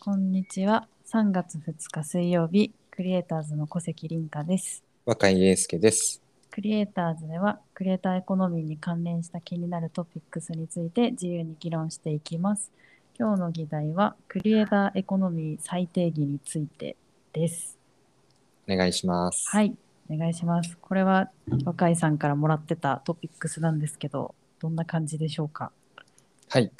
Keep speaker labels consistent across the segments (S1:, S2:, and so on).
S1: こんにちは。3月2日水曜日、クリエイターズの小関凛香です。
S2: 若井英介です。
S1: クリエイターズでは、クリエイターエコノミーに関連した気になるトピックスについて自由に議論していきます。今日の議題は、クリエイターエコノミー最定義についてです。
S2: お願いします。。
S1: はいい、お願いします。これは若井さんからもらってたトピックスなんですけど、どんな感じでしょうか。
S2: はい、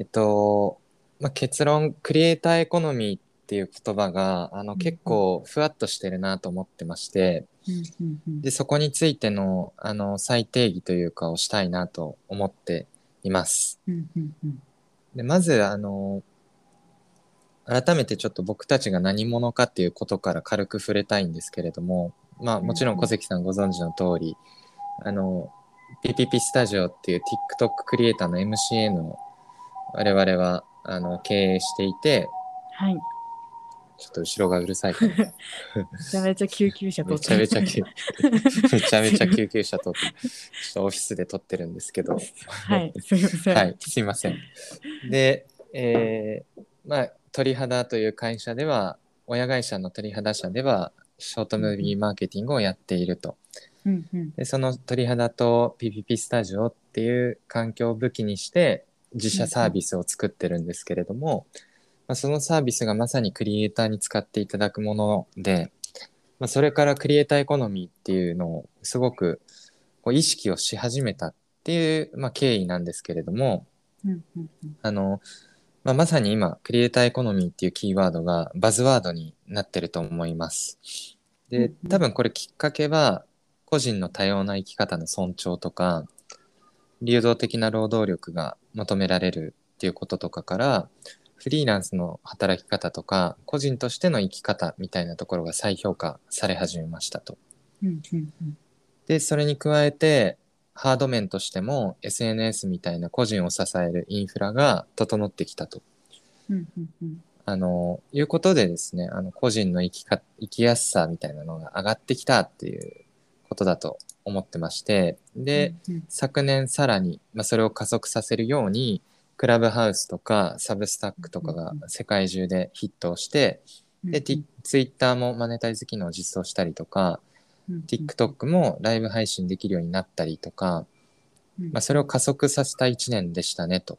S2: えっと、まあ、結論、クリエイターエコノミーっていう言葉が、あ
S1: う
S2: の、
S1: ん
S2: 結構ふわっとしてるなと思ってまして、
S1: うんうんうん
S2: で、そこについての、あの、再定義というかをしたいなと思っています。
S1: うんうんうん
S2: で、まず、あの、改めてちょっと僕たちが何者かっていうことから軽く触れたいんですけれども、まあもちろん小関さんご存知の通り、あの、PPP スタジオっていう TikTok クリエイターの MCN を我々はあの経営していて、
S1: はい、
S2: ちょっと後ろがうるさいか
S1: め
S2: ら、
S1: ちゃめちゃ救急車
S2: め
S1: 取っ
S2: ち
S1: て
S2: ゃめちゃ救めちゃめちゃ救急車通って、ちょっとオフィスで撮ってるんですけど、
S1: はい、すみません。
S2: はい、すいません。で、えーまあ、鳥肌という会社では、親会社の鳥肌社では、ショートムービーマーケティングをやっていると。
S1: うんうん
S2: で、その鳥肌と PPP スタジオっていう環境を武器にして、自社サービスを作ってるんですけれども、まあ、そのサービスがまさにクリエイターに使っていただくもので、まあ、それからクリエイターエコノミーっていうのをすごくこう意識をし始めたっていう、まあ、経緯なんですけれども、
S1: うんうんうん
S2: あの、まあ、まさに今、クリエイターエコノミーっていうキーワードがバズワードになってると思います。
S1: うん
S2: で
S1: うん、
S2: 多分これきっかけは、個人の多様な生き方の尊重とか、流動的な労働力が求められるっていうこととかから、フリーランスの働き方とか、個人としての生き方みたいなところが再評価され始めましたと。
S1: うんうんうん
S2: で、それに加えて、ハード面としても SNS みたいな個人を支えるインフラが整ってきたと。
S1: うんうんうん
S2: あの、いうことでですね、あの、個人の生きか、生きやすさみたいなのが上がってきたっていうことだと思ってまして、で、
S1: うんうん
S2: 昨年さらに、まあ、それを加速させるように、クラブハウスとかサブスタックとか
S1: う
S2: が
S1: んうん
S2: 世界中でヒットをして、で、
S1: うん
S2: T- Twitter もマネタイズ機能を実装したりとか、
S1: うん
S2: TikTok もライブ配信できるようになったりとか、
S1: うん
S2: まあ、それを加速させた1年でしたねと。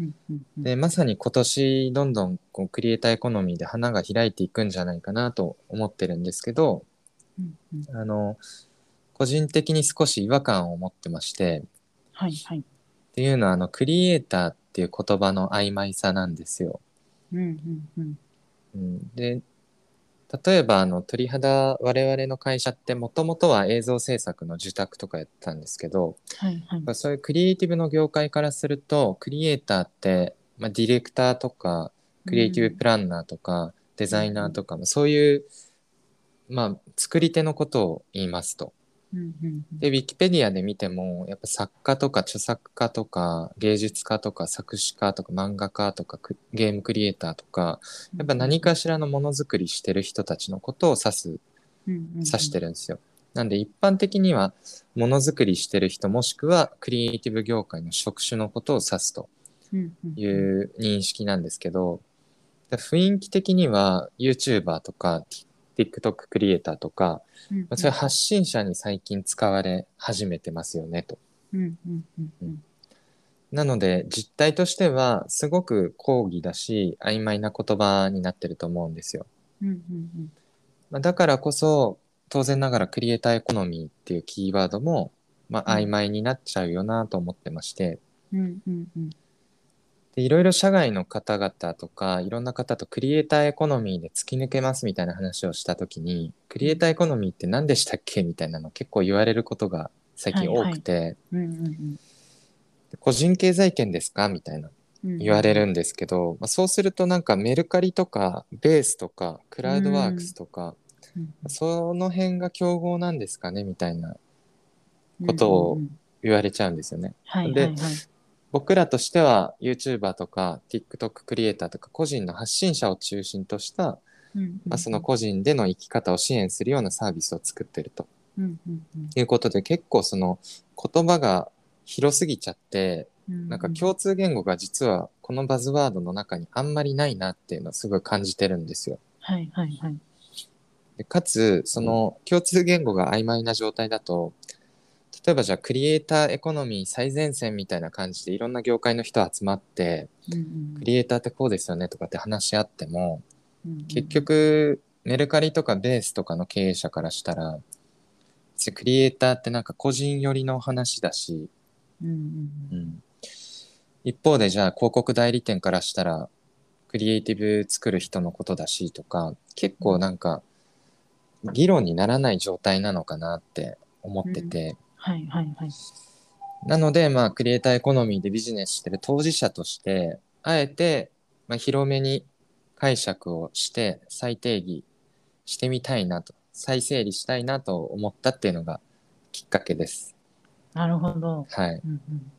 S1: うんうんうん
S2: でまさに今年どんどんこうクリエイターエコノミーで花が開いていくんじゃないかなと思ってるんですけど
S1: うんうん
S2: あの個人的に少し違和感を持ってまして
S1: はいはい。
S2: っていうのはあのクリエイターっていう言葉の曖昧さなんですよ。
S1: うんうんうん
S2: うん、で例えばあの鳥肌我々の会社ってもともとは映像制作の受託とかやってたんですけど
S1: はいはい
S2: やっ。ぱそういうクリエイティブの業界からするとクリエイターって、まあ、ディレクターとかクリエイティブプランナーとかデザイナーとか、そういう、まあ、作り手のことを言いますと。
S1: うんうんうん
S2: で、ウィキペディアで見ても、やっぱ作家とか著作家とか芸術家とか作詞家とか漫画家とかクゲームクリエイターとか、やっぱ何かしらのものづくりしてる人たちのことを指す
S1: うんうんうん
S2: 指してるんですよ。なんで一般的にはものづくりしてる人もしくはクリエイティブ業界の職種のことを指すと
S1: うんうん
S2: い
S1: うん
S2: う認識なんですけどだ雰囲気的には YouTuber とか TikTok クリエイターとか、
S1: うん
S2: まあ、そういう発信者に最近使われ始めてますよねと。
S1: うんうんうんうん
S2: なので実態としてはすごく抗議だし曖昧な言葉になってると思うんですよ。
S1: うんうん
S2: まあ、だからこそ当然ながらクリエイターエコノミーっていうキーワードも、まあ、
S1: うん
S2: 曖昧になっちゃうよなと思ってまして、
S1: うんうんうんうん
S2: でいろいろ社外の方々とかいろんな方とクリエイターエコノミーで突き抜けますみたいな話をした時にクリエイターエコノミーって何でしたっけみたいなの結構言われることが最近多くて、
S1: うんうん
S2: 個人経済圏ですかみたいな
S1: うん
S2: 言われるんですけど、まあ、そうするとなんかメルカリとかベースとかクラウドワークスとか、
S1: うん
S2: その辺が競合なんですかねみたいな
S1: うん
S2: ことを
S1: うんうん
S2: 言われちゃうんですよね。
S1: はいは
S2: で
S1: いはい
S2: 僕らとしては YouTuber とか TikTok クリエイターとか個人の発信者を中心とした、
S1: うんうん
S2: まあ、その個人での生き方を支援するようなサービスを作ってると
S1: うんうんうん
S2: いうことで結構その言葉が広すぎちゃって
S1: うん
S2: なんか共通言語が実はこのバズワードの中にあんまりないなっていうのをすごい感じてるんですよ。
S1: はいはいはい。
S2: でかつその共通言語が曖昧な状態だと例えばじゃあクリエイターエコノミー最前線みたいな感じでいろんな業界の人集まって
S1: うん
S2: クリエイターってこうですよねとかって話し合っても
S1: うんうんうん
S2: 結、局メルカリとかベースとかの経営者からしたらクリエイターってなんか個人寄りの話だし
S1: うんうんう
S2: うんん一方でじゃあ広告代理店からしたらクリエイティブ作る人のことだしとか結構なんか議論にならない状態なのかなって思ってて、
S1: はいはいはい。
S2: なのでまあクリエイターエコノミーでビジネスしてる当事者としてあえてまあ広めに解釈をして再定義してみたいなと再整理したいなと思ったっていうのがきっかけです。
S1: なるほど。
S2: はい
S1: うんうん、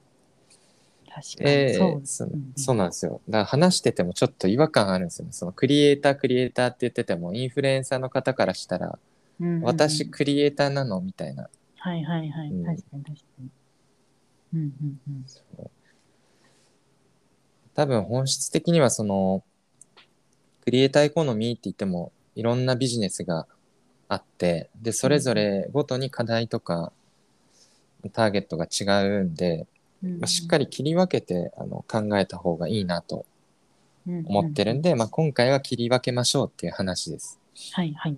S1: 確かに、
S2: え
S1: そうです
S2: そ
S1: ね。うん
S2: そうなんですよ。だから話しててもちょっと違和感あるんですよね。そのクリエイター、クリエイターって言ってても、インフルエンサーの方からしたら、
S1: うんうんうん
S2: 私クリエイターなのみたいな。
S1: はいはいはい、
S2: うん
S1: 確かに確かに。うんうんうん、
S2: 多分本質的にはその、クリエイターエコノミーって言っても、いろんなビジネスがあって、で、それぞれごとに課題とか、ターゲットが違うんで、
S1: うんうん
S2: まあ、しっかり切り分けてあの考えた方がいいなと思ってるん
S1: で、
S2: で、まあ、今回は切り分けましょうっていう話です。
S1: はいはい。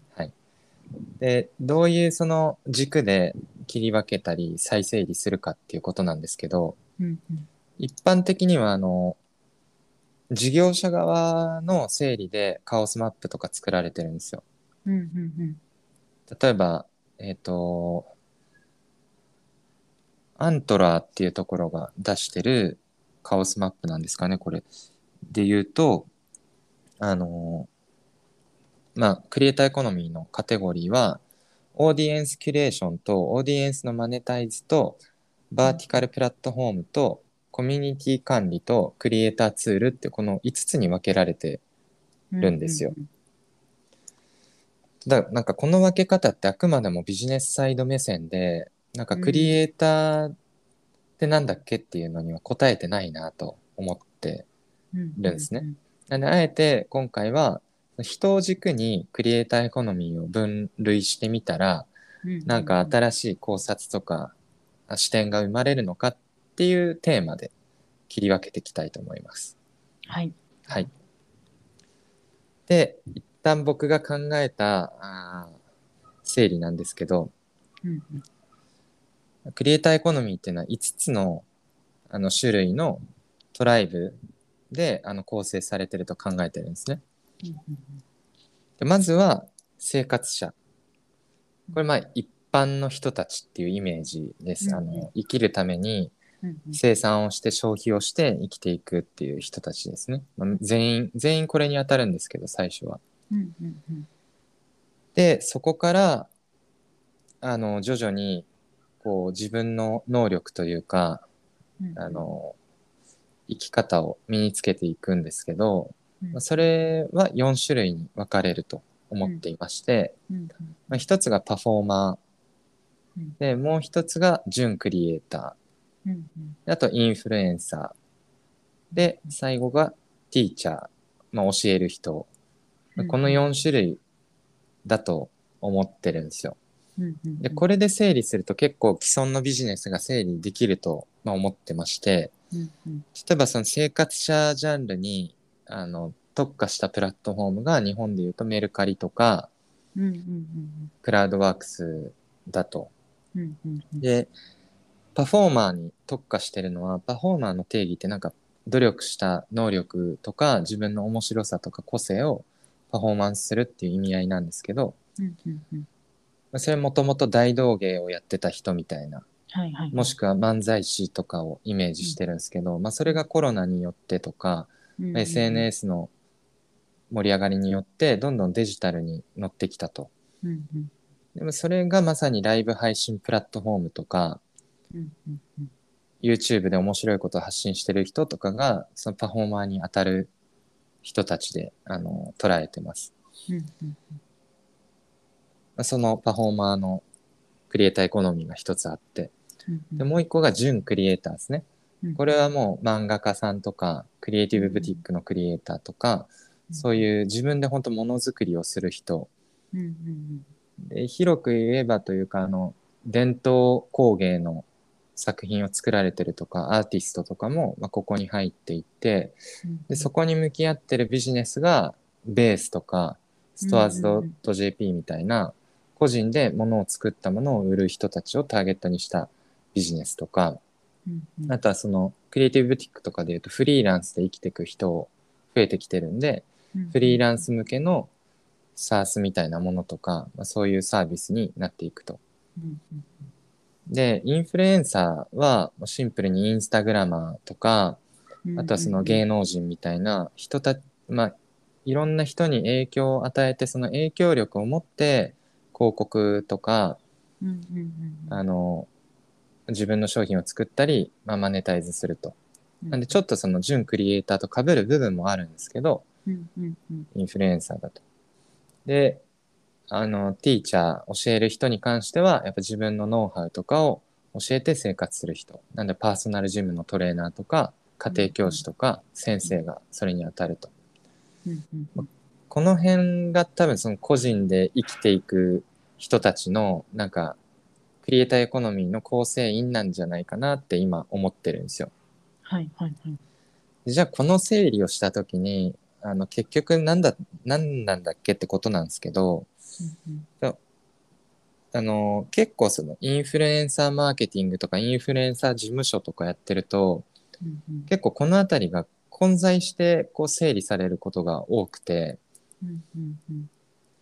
S2: でどういうその軸で切り分けたり再整理するかっていうことなんですけど
S1: うんうん
S2: 一般的にはあの事業者側の整理でカオスマップとか作られてるんですよ。
S1: うんうん
S2: 例えばえっ、とアントラーっていうところが出してるカオスマップなんですかねこれで言うとあのまあクリエイターエコノミーのカテゴリーはオーディエンスキュレーションとオーディエンスのマネタイズとバーティカルプラットフォームとコミュニティ管理とクリエイターツールってこの5つに分けられて
S1: うん。
S2: るんですよ。だなんかこの分け方ってあくまでもビジネスサイド目線でなんかクリエイターってなんだっけっていうのには答えてないなと思って
S1: うん
S2: るんですね。なんであえて今回は人を軸にクリエイターエコノミーを分類してみたらなんか
S1: い
S2: 新しい考察とかあ視点が生まれるのかっていうテーマで切り分けていきたいと思います。
S1: はい。
S2: はい。で、一旦僕が考えたあー整理なんですけど、
S1: うんうん
S2: クリエイターエコノミーっていうのは5つのあの種類のトライブであの構成されてると考えてるんですね。
S1: うん
S2: でまずは生活者。これまあ一般の人たちっていうイメージです。あ
S1: うんうん
S2: の生きるために
S1: うんうんうん
S2: 生産をして消費をして生きていくっていう人たちですね。まあ全員、全員これに当たるんですけど、最初は。
S1: うんうんうん
S2: でそこからあの徐々にこう自分の能力というか
S1: うん
S2: あの生き方を身につけていくんですけど、
S1: うん
S2: まあそれは4種類に分かれると思っていまして、
S1: うん
S2: まあ、1つがパフォーマ
S1: う
S2: ー
S1: ん
S2: でもう1つが準クリエイタ
S1: うんうん
S2: ーであとインフルエンサーで最後がティーチャー、まあ、教える人、まあこの4種類だと思ってるんですよ。
S1: うんうんうん
S2: でこれで整理すると結構既存のビジネスが整理できると、まあ、思ってまして
S1: うんうん
S2: 例えばその生活者ジャンルにあの特化したプラットフォームが日本でいうとメルカリとか
S1: うんうんうん
S2: クラウドワークスだと。
S1: うんうんうん
S2: でパフォーマーに特化してるのはパフォーマーの定義ってなんか努力した能力とか自分の面白さとか個性をパフォーマンスするっていう意味合いなんですけど
S1: うんうんうん
S2: まあそれもともと大道芸をやってた人みたいな
S1: はいはい
S2: もしくは漫才師とかをイメージしてるんですけど、まあ、それがコロナによってとか、
S1: うんうんうん
S2: SNS の盛り上がりによってどんどんデジタルに乗ってきたと。
S1: うんうん
S2: でもそれがまさにライブ配信プラットフォームとか
S1: うんうんうん
S2: YouTube で面白いことを発信してる人とかがそのパフォーマーに当たる人たちであの捉えてます。
S1: うんうん
S2: まあそのパフォーマーのクリエイターエコノミーが一つあって
S1: うんうん
S2: でもう一個が準クリエイターですね。
S1: うん
S2: これはもう漫画家さんとかクリエイティブブティックのクリエイターとか、そういう自分で本当ものづくりをする人
S1: うんうん
S2: で広く言えばというかあの伝統工芸の作品を作られてるとかアーティストとかも、まあ、ここに入っていて
S1: うん
S2: でそこに向き合ってるビジネスがベースとかストアーズ
S1: うんうん
S2: .jp みたいな個人で物を作ったものを売る人たちをターゲットにしたビジネスとか
S1: うんうん
S2: あとはそのクリエイティブブティックとかでいうとフリーランスで生きていく人を増えてきてるんでフリーランス向けの SARS みたいなものとか、まあ、そういうサービスになっていくと。
S1: うんうん
S2: で、インフルエンサーはもうシンプルにインスタグラマーとか、
S1: うん
S2: あとはその芸能人みたいな人たまあ、いろんな人に影響を与えて、その影響力を持って広告とか、
S1: うんうんうんうん
S2: あの、自分の商品を作ったり、まあ、マネタイズすると。なんで、ちょっとその純クリエイターと被る部分もあるんですけど、
S1: うんうんうん
S2: インフルエンサーだと。で、あの、ティーチャー、教える人に関しては、やっぱ自分のノウハウとかを教えて生活する人。なんで、パーソナルジムのトレーナーとか、家庭教師とか、先生がそれに当たると。
S1: うんうんうん
S2: この辺が多分その個人で生きていく人たちの、なんか、クリエイターエコノミーの構成員なんじゃないかなって今思ってるんですよ。
S1: はいはいはい
S2: じゃあこの整理をした時に、あの結局なんだ、なんなんだっけってことなんですけど、
S1: うんうん
S2: あの、結構そのインフルエンサーマーケティングとかインフルエンサー事務所とかやってると、
S1: うんうん
S2: 結構このあたりが混在してこう整理されることが多くて、
S1: うんうんうん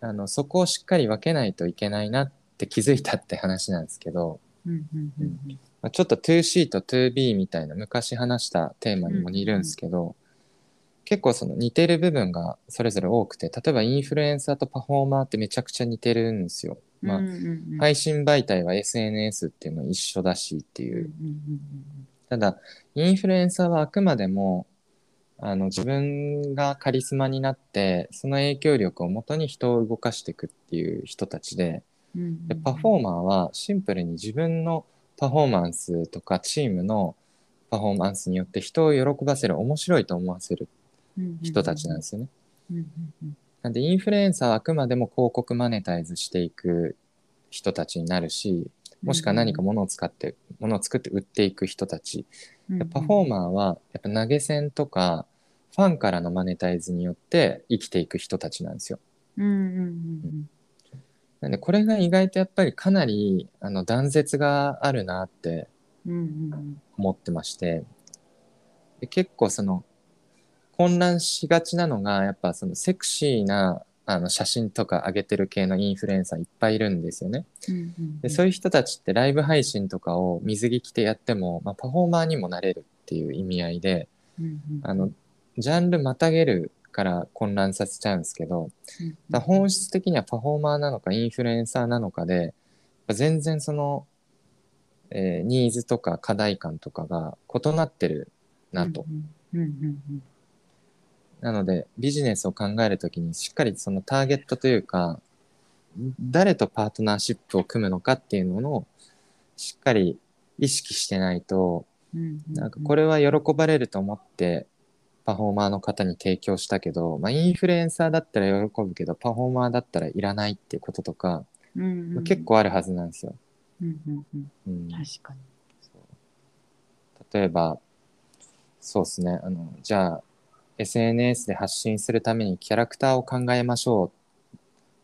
S2: あの、そこをしっかり分けないといけないなって気づいたって話なんですけど、
S1: うんうんうん
S2: まあちょっと 2C と 2B みたいな昔話したテーマにも似るんですけど、結構その似てる部分がそれぞれ多くて、例えばインフルエンサーとパフォーマーってめちゃくちゃ似てるんですよ。まあ
S1: うんうんうん
S2: 配信媒体は SNS っていうの一緒だしって
S1: うん
S2: いうう。
S1: ん
S2: ただ、インフルエンサーはあくまでも、あの、自分がカリスマになって、その影響力をもとに人を動かしていくっていう人たちで、
S1: うんうん。
S2: でパフォーマーはシンプルに自分のパフォーマンスとかチームのパフォーマンスによって人を喜ばせる、面白いと思わせる人たちなんですすよね。
S1: うんうんうん
S2: なんで、インフルエンサーはあくまでも広告マネタイズしていく人たちになるし、もしくは何か物を使って、物を作って売っていく人たち。でパフォーマーは、やっぱ投げ銭とか、ファンからのマネタイズによって生きていく人たちなんですよ。
S1: うんうんうん
S2: なんで、これが意外とやっぱりかなり、あの、断絶があるなって
S1: うんうんうん
S2: 思ってまして、で結構その、混乱しがちなのが、やっぱそのセクシーな、あの、写真とか上げてる系のインフルエンサーいっぱいいるんですよね。
S1: うんうん
S2: でそういう人たちってライブ配信とかを水着着てやっても、まあ、パフォーマーにもなれるっていう意味合いで
S1: うんうん
S2: あのジャンルまたげるから混乱させちゃうんですけど
S1: うん
S2: だから本質的にはパフォーマーなのかインフルエンサーなのかでやっぱ全然その、えーニーズとか課題感とかが異なってるなと。
S1: うんうん
S2: なのでビジネスを考えるときにしっかりそのターゲットというか誰とパートナーシップを組むのかっていうのをしっかり意識してないと
S1: うんうんうん
S2: なんかこれは喜ばれると思ってパフォーマーの方に提供したけど、まあ、インフルエンサーだったら喜ぶけどパフォーマーだったらいらないっていうこととか、
S1: うんうん
S2: 結構あるはずなんですよ。
S1: うんうんうん
S2: うん、
S1: 確かに
S2: 例えばそうですねあのじゃあ SNS で発信するためにキャラクターを考えましょうっ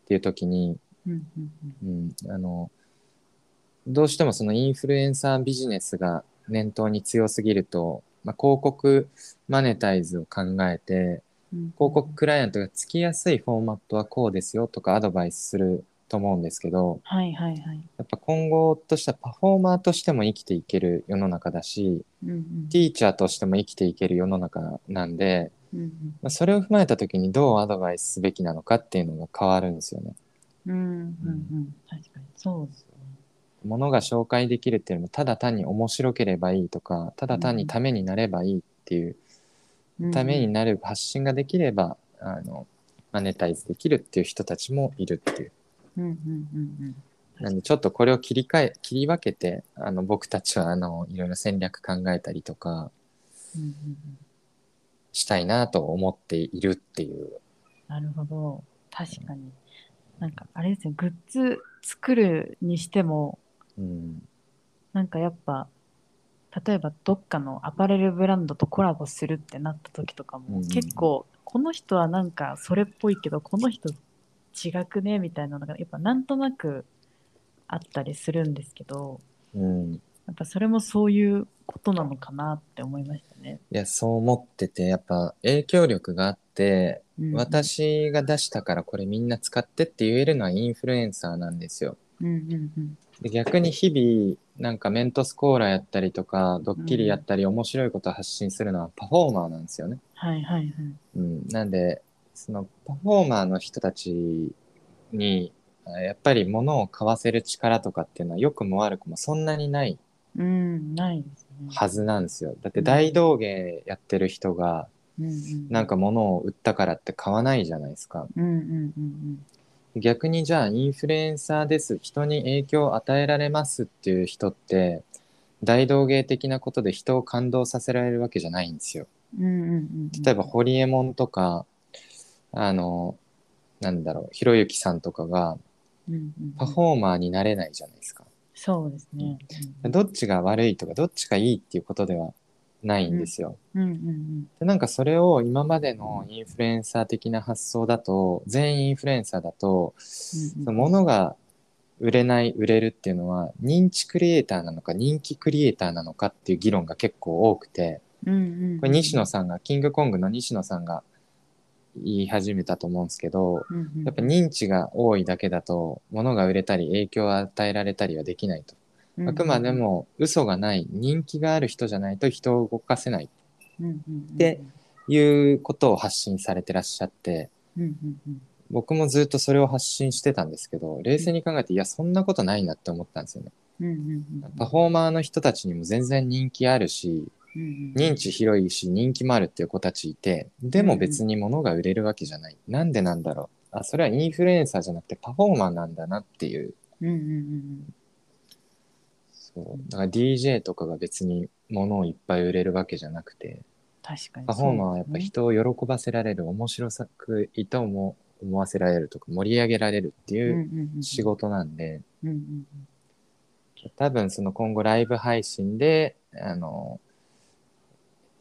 S2: ていう時に、
S1: うんうんうん
S2: うん、あのどうしてもそのインフルエンサービジネスが念頭に強すぎると、まあ、広告マネタイズを考えて
S1: うん
S2: 広告クライアントがつきやすいフォーマットはこうですよとかアドバイスすると思うんですけど
S1: はいはいはい
S2: やっぱ今後としてはパフォーマーとしても生きていける世の中だし
S1: うんうん
S2: ティーチャーとしても生きていける世の中なんで、
S1: うん
S2: まあ、それを踏まえた時にどうアドバイスすべきなのかっていうのが変わるんですよね。
S1: うんうんうんうん確かにそうですね
S2: ものが紹介できるっていうのもただ単に面白ければいいとかただ単にためになればいいっていう、
S1: うんうん
S2: ためになる発信ができればあのマネタイズできるっていう人たちもいるっていう。
S1: うんうんうんうん
S2: なんでちょっとこれを切り替え切り分けてあの僕たちはあのいろいろ戦略考えたりとか
S1: うんうんうん
S2: したいなと思っているっていう
S1: なるほど。確かに。なんか、あれですね、グッズ作るにしても、
S2: うん
S1: なんかやっぱ、例えばどっかのアパレルブランドとコラボするってなった時とかも、
S2: うん
S1: 結構、この人はなんかそれっぽいけど、この人違くねみたいなのが、やっぱなんとなくあったりするんですけど、
S2: うん
S1: やっぱそれもそういうことなのかなって思いましたね。
S2: いやそう思っててやっぱ影響力があって、
S1: うん、
S2: 私が出したからこれみんな使ってって言えるのはインフルエンサーなんですよ。
S1: うんうんうん。
S2: で逆に日々なんかメントスコーラやったりとかドッキリやったり面白いことを発信するのはパフォーマーなんですよね。
S1: はいはいはい。
S2: うん、なんでそのパフォーマーの人たちにあやっぱり物を買わせる力とかっていうのは良くも悪くもそんなにない
S1: うん、ないですね。
S2: はずなんですよ。だって大道芸やってる人が
S1: うんうん、
S2: なんか物を売ったからって買わないじゃないですか。
S1: うんうんうん
S2: 逆にじゃあインフルエンサーです人に影響を与えられますっていう人って大道芸的なことで人を感動させられるわけじゃないんですよ。
S1: うんうんうんうんうん
S2: 例えばホリエモンとかあのなんだろうひろゆきさんとかが
S1: うんうん
S2: パフォーマーになれないじゃないですか。
S1: そうですね。
S2: どっちが悪いとかどっちがいいっていうことではないんですよ。
S1: うんうん
S2: でなんかそれを今までのインフルエンサー的な発想だと全員インフルエンサーだと
S1: うん
S2: その物が売れない売れるっていうのは認知クリエイターなのか人気クリエイターなのかっていう議論が結構多くて
S1: うんうんうん。
S2: これ西野さんがキングコングの西野さんが言い始めたと思うんですけど
S1: うんうん、
S2: やっぱ認知が多いだけだと物が売れたり影響を与えられたりはできないとあくまでも嘘がない人気がある人じゃないと人を動かせない
S1: うんうんうん、
S2: でということを発信されてらっしゃって
S1: うんうんうん、
S2: 僕もずっとそれを発信してたんですけど冷静に考えていやそんなことないなって思ったんですよね。
S1: うんうんうんうん、
S2: パフォーマーの人たちにも全然人気あるし
S1: うんうん
S2: 認知広いし人気もあるっていう子たちいてでも別に物が売れるわけじゃない、なんでなんだろうあそれはインフルエンサーじゃなくてパフォーマーなんだなっていう
S1: うんうんうん
S2: そうだから DJ とかが別に物をいっぱい売れるわけじゃなくて
S1: 確かに
S2: パフォーマーはやっぱ人を喜ばせられる面白さくいとも思わせられるとか盛り上げられるっ
S1: そうです
S2: て
S1: ね
S2: いう
S1: うんうんうん
S2: 仕事なんで、
S1: うんうん
S2: 多分その今後ライブ配信であの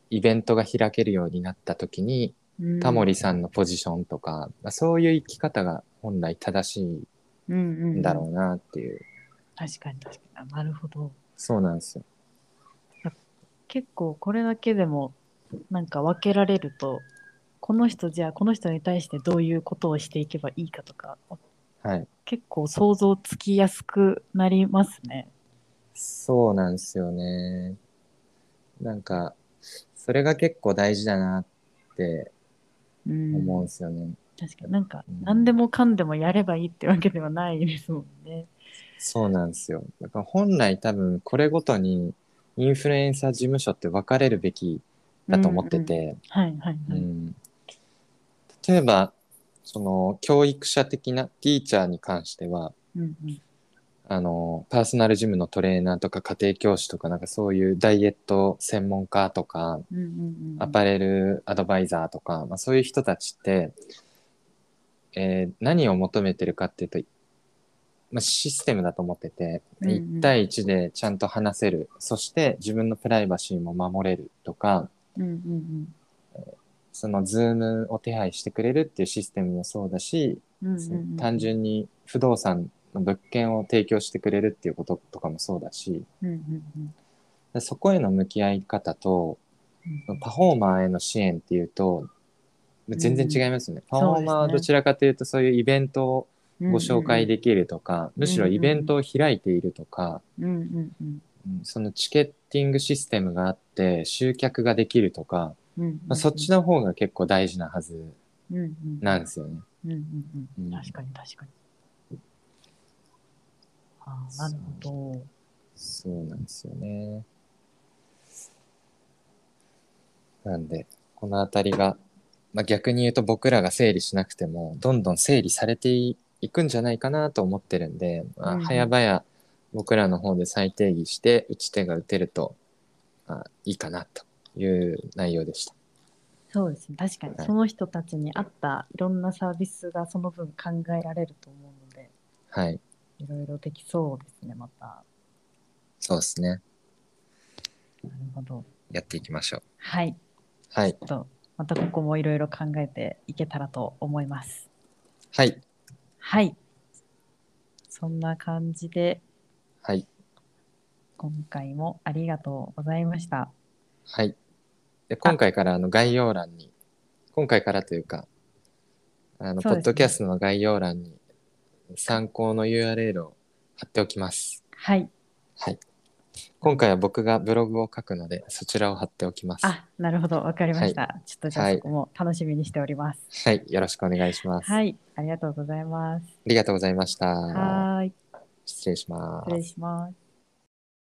S2: イベントが開けるようになった時に
S1: うん、
S2: タモリさんのポジションとか、まあそういう生き方が本来正しい
S1: うんうんうん
S2: んだろうなっていう、
S1: 確かに確かにあなるほど
S2: そうなんですよ。
S1: 結構これだけでもなんか分けられるとこの人じゃあこの人に対してどういうことをしていけばいいかとか
S2: はい、
S1: 結構想像つきやすくなりますね。
S2: そうなんですよね。なんかそれが結構大事だなって
S1: うん、
S2: 思うんですよね。
S1: 確かになんか
S2: うん
S1: 何でもかんでもやればいいってわけではないですもんね。
S2: そうなんですよ。だから本来多分これごとにインフルエンサー事務所って分かれるべきだと思ってて。
S1: はいはいは
S2: う
S1: い。
S2: ん例えばその教育者的なティーチャーに関しては
S1: うんうん
S2: あのパーソナルジムのトレーナーとか家庭教師とかなんかそういうダイエット専門家とか
S1: うんうんうん
S2: アパレルアドバイザーとか、まあ、そういう人たちって、えー何を求めてるかっていうと、まあ、システムだと思ってて、
S1: うんうん
S2: 1対1でちゃんと話せるそして自分のプライバシーも守れるとか、
S1: うんうん
S2: そのズームを手配してくれるっていうシステムもそうだし、
S1: うんうん
S2: そ
S1: うんうん
S2: の単純に不動産の物件を提供してくれるっていうこととかもそうだし、
S1: うんうん
S2: でそこへの向き合い方と、
S1: うん
S2: パフォーマーへの支援っていうと、全然違いますよね。パフォーマーは
S1: そうですね
S2: どちらかというと、そういうイベントを
S1: うん
S2: ご紹介できるとか、むしろイベントを開いているとか、
S1: うんうんうん
S2: うんそのチケッティングシステムがあって、集客ができるとか、
S1: うんうん
S2: まあそっちの方が結構大事なはず
S1: うんうん
S2: なんですよね。
S1: うんうんう
S2: うんん
S1: 確かに確かに。ああなるほど。
S2: そうなんですよね。なんで、このあたりが、まあ、逆に言うと僕らが整理しなくても、どんどん整理されていいくんじゃないかなと思ってるんで、まあ
S1: うん
S2: 早々僕らの方で再定義して打ち手が打てるとあいいかなという内容でした。
S1: そうですね確かに
S2: はい
S1: その人たちに合ったいろんなサービスがその分考えられると思うので
S2: はい、
S1: いろいろできそうですねまた
S2: そうですね。
S1: なるほど
S2: やっていきましょう。
S1: はい
S2: はい
S1: ち、ょっとまたここもいろいろ考えていけたらと思います
S2: はい、
S1: はいそんな感じで
S2: はい、
S1: 今回もありがとうございました
S2: はい。で今回からあの概要欄に、今回からというか、あの、
S1: そ
S2: ポ
S1: う
S2: ッ
S1: ですね
S2: ドキャストの概要欄に参考の URL を貼っておきます。
S1: はい
S2: はい。今回は僕がブログを書くので、そちらを貼っておきます。
S1: あなるほどわかりました、ちょっとじゃあ
S2: はい
S1: そこも楽しみにしております
S2: はい、よろしくお願いします。、
S1: はいいありがとうございます
S2: ありがとうございました。
S1: はーい
S2: 失礼します
S1: 失。礼します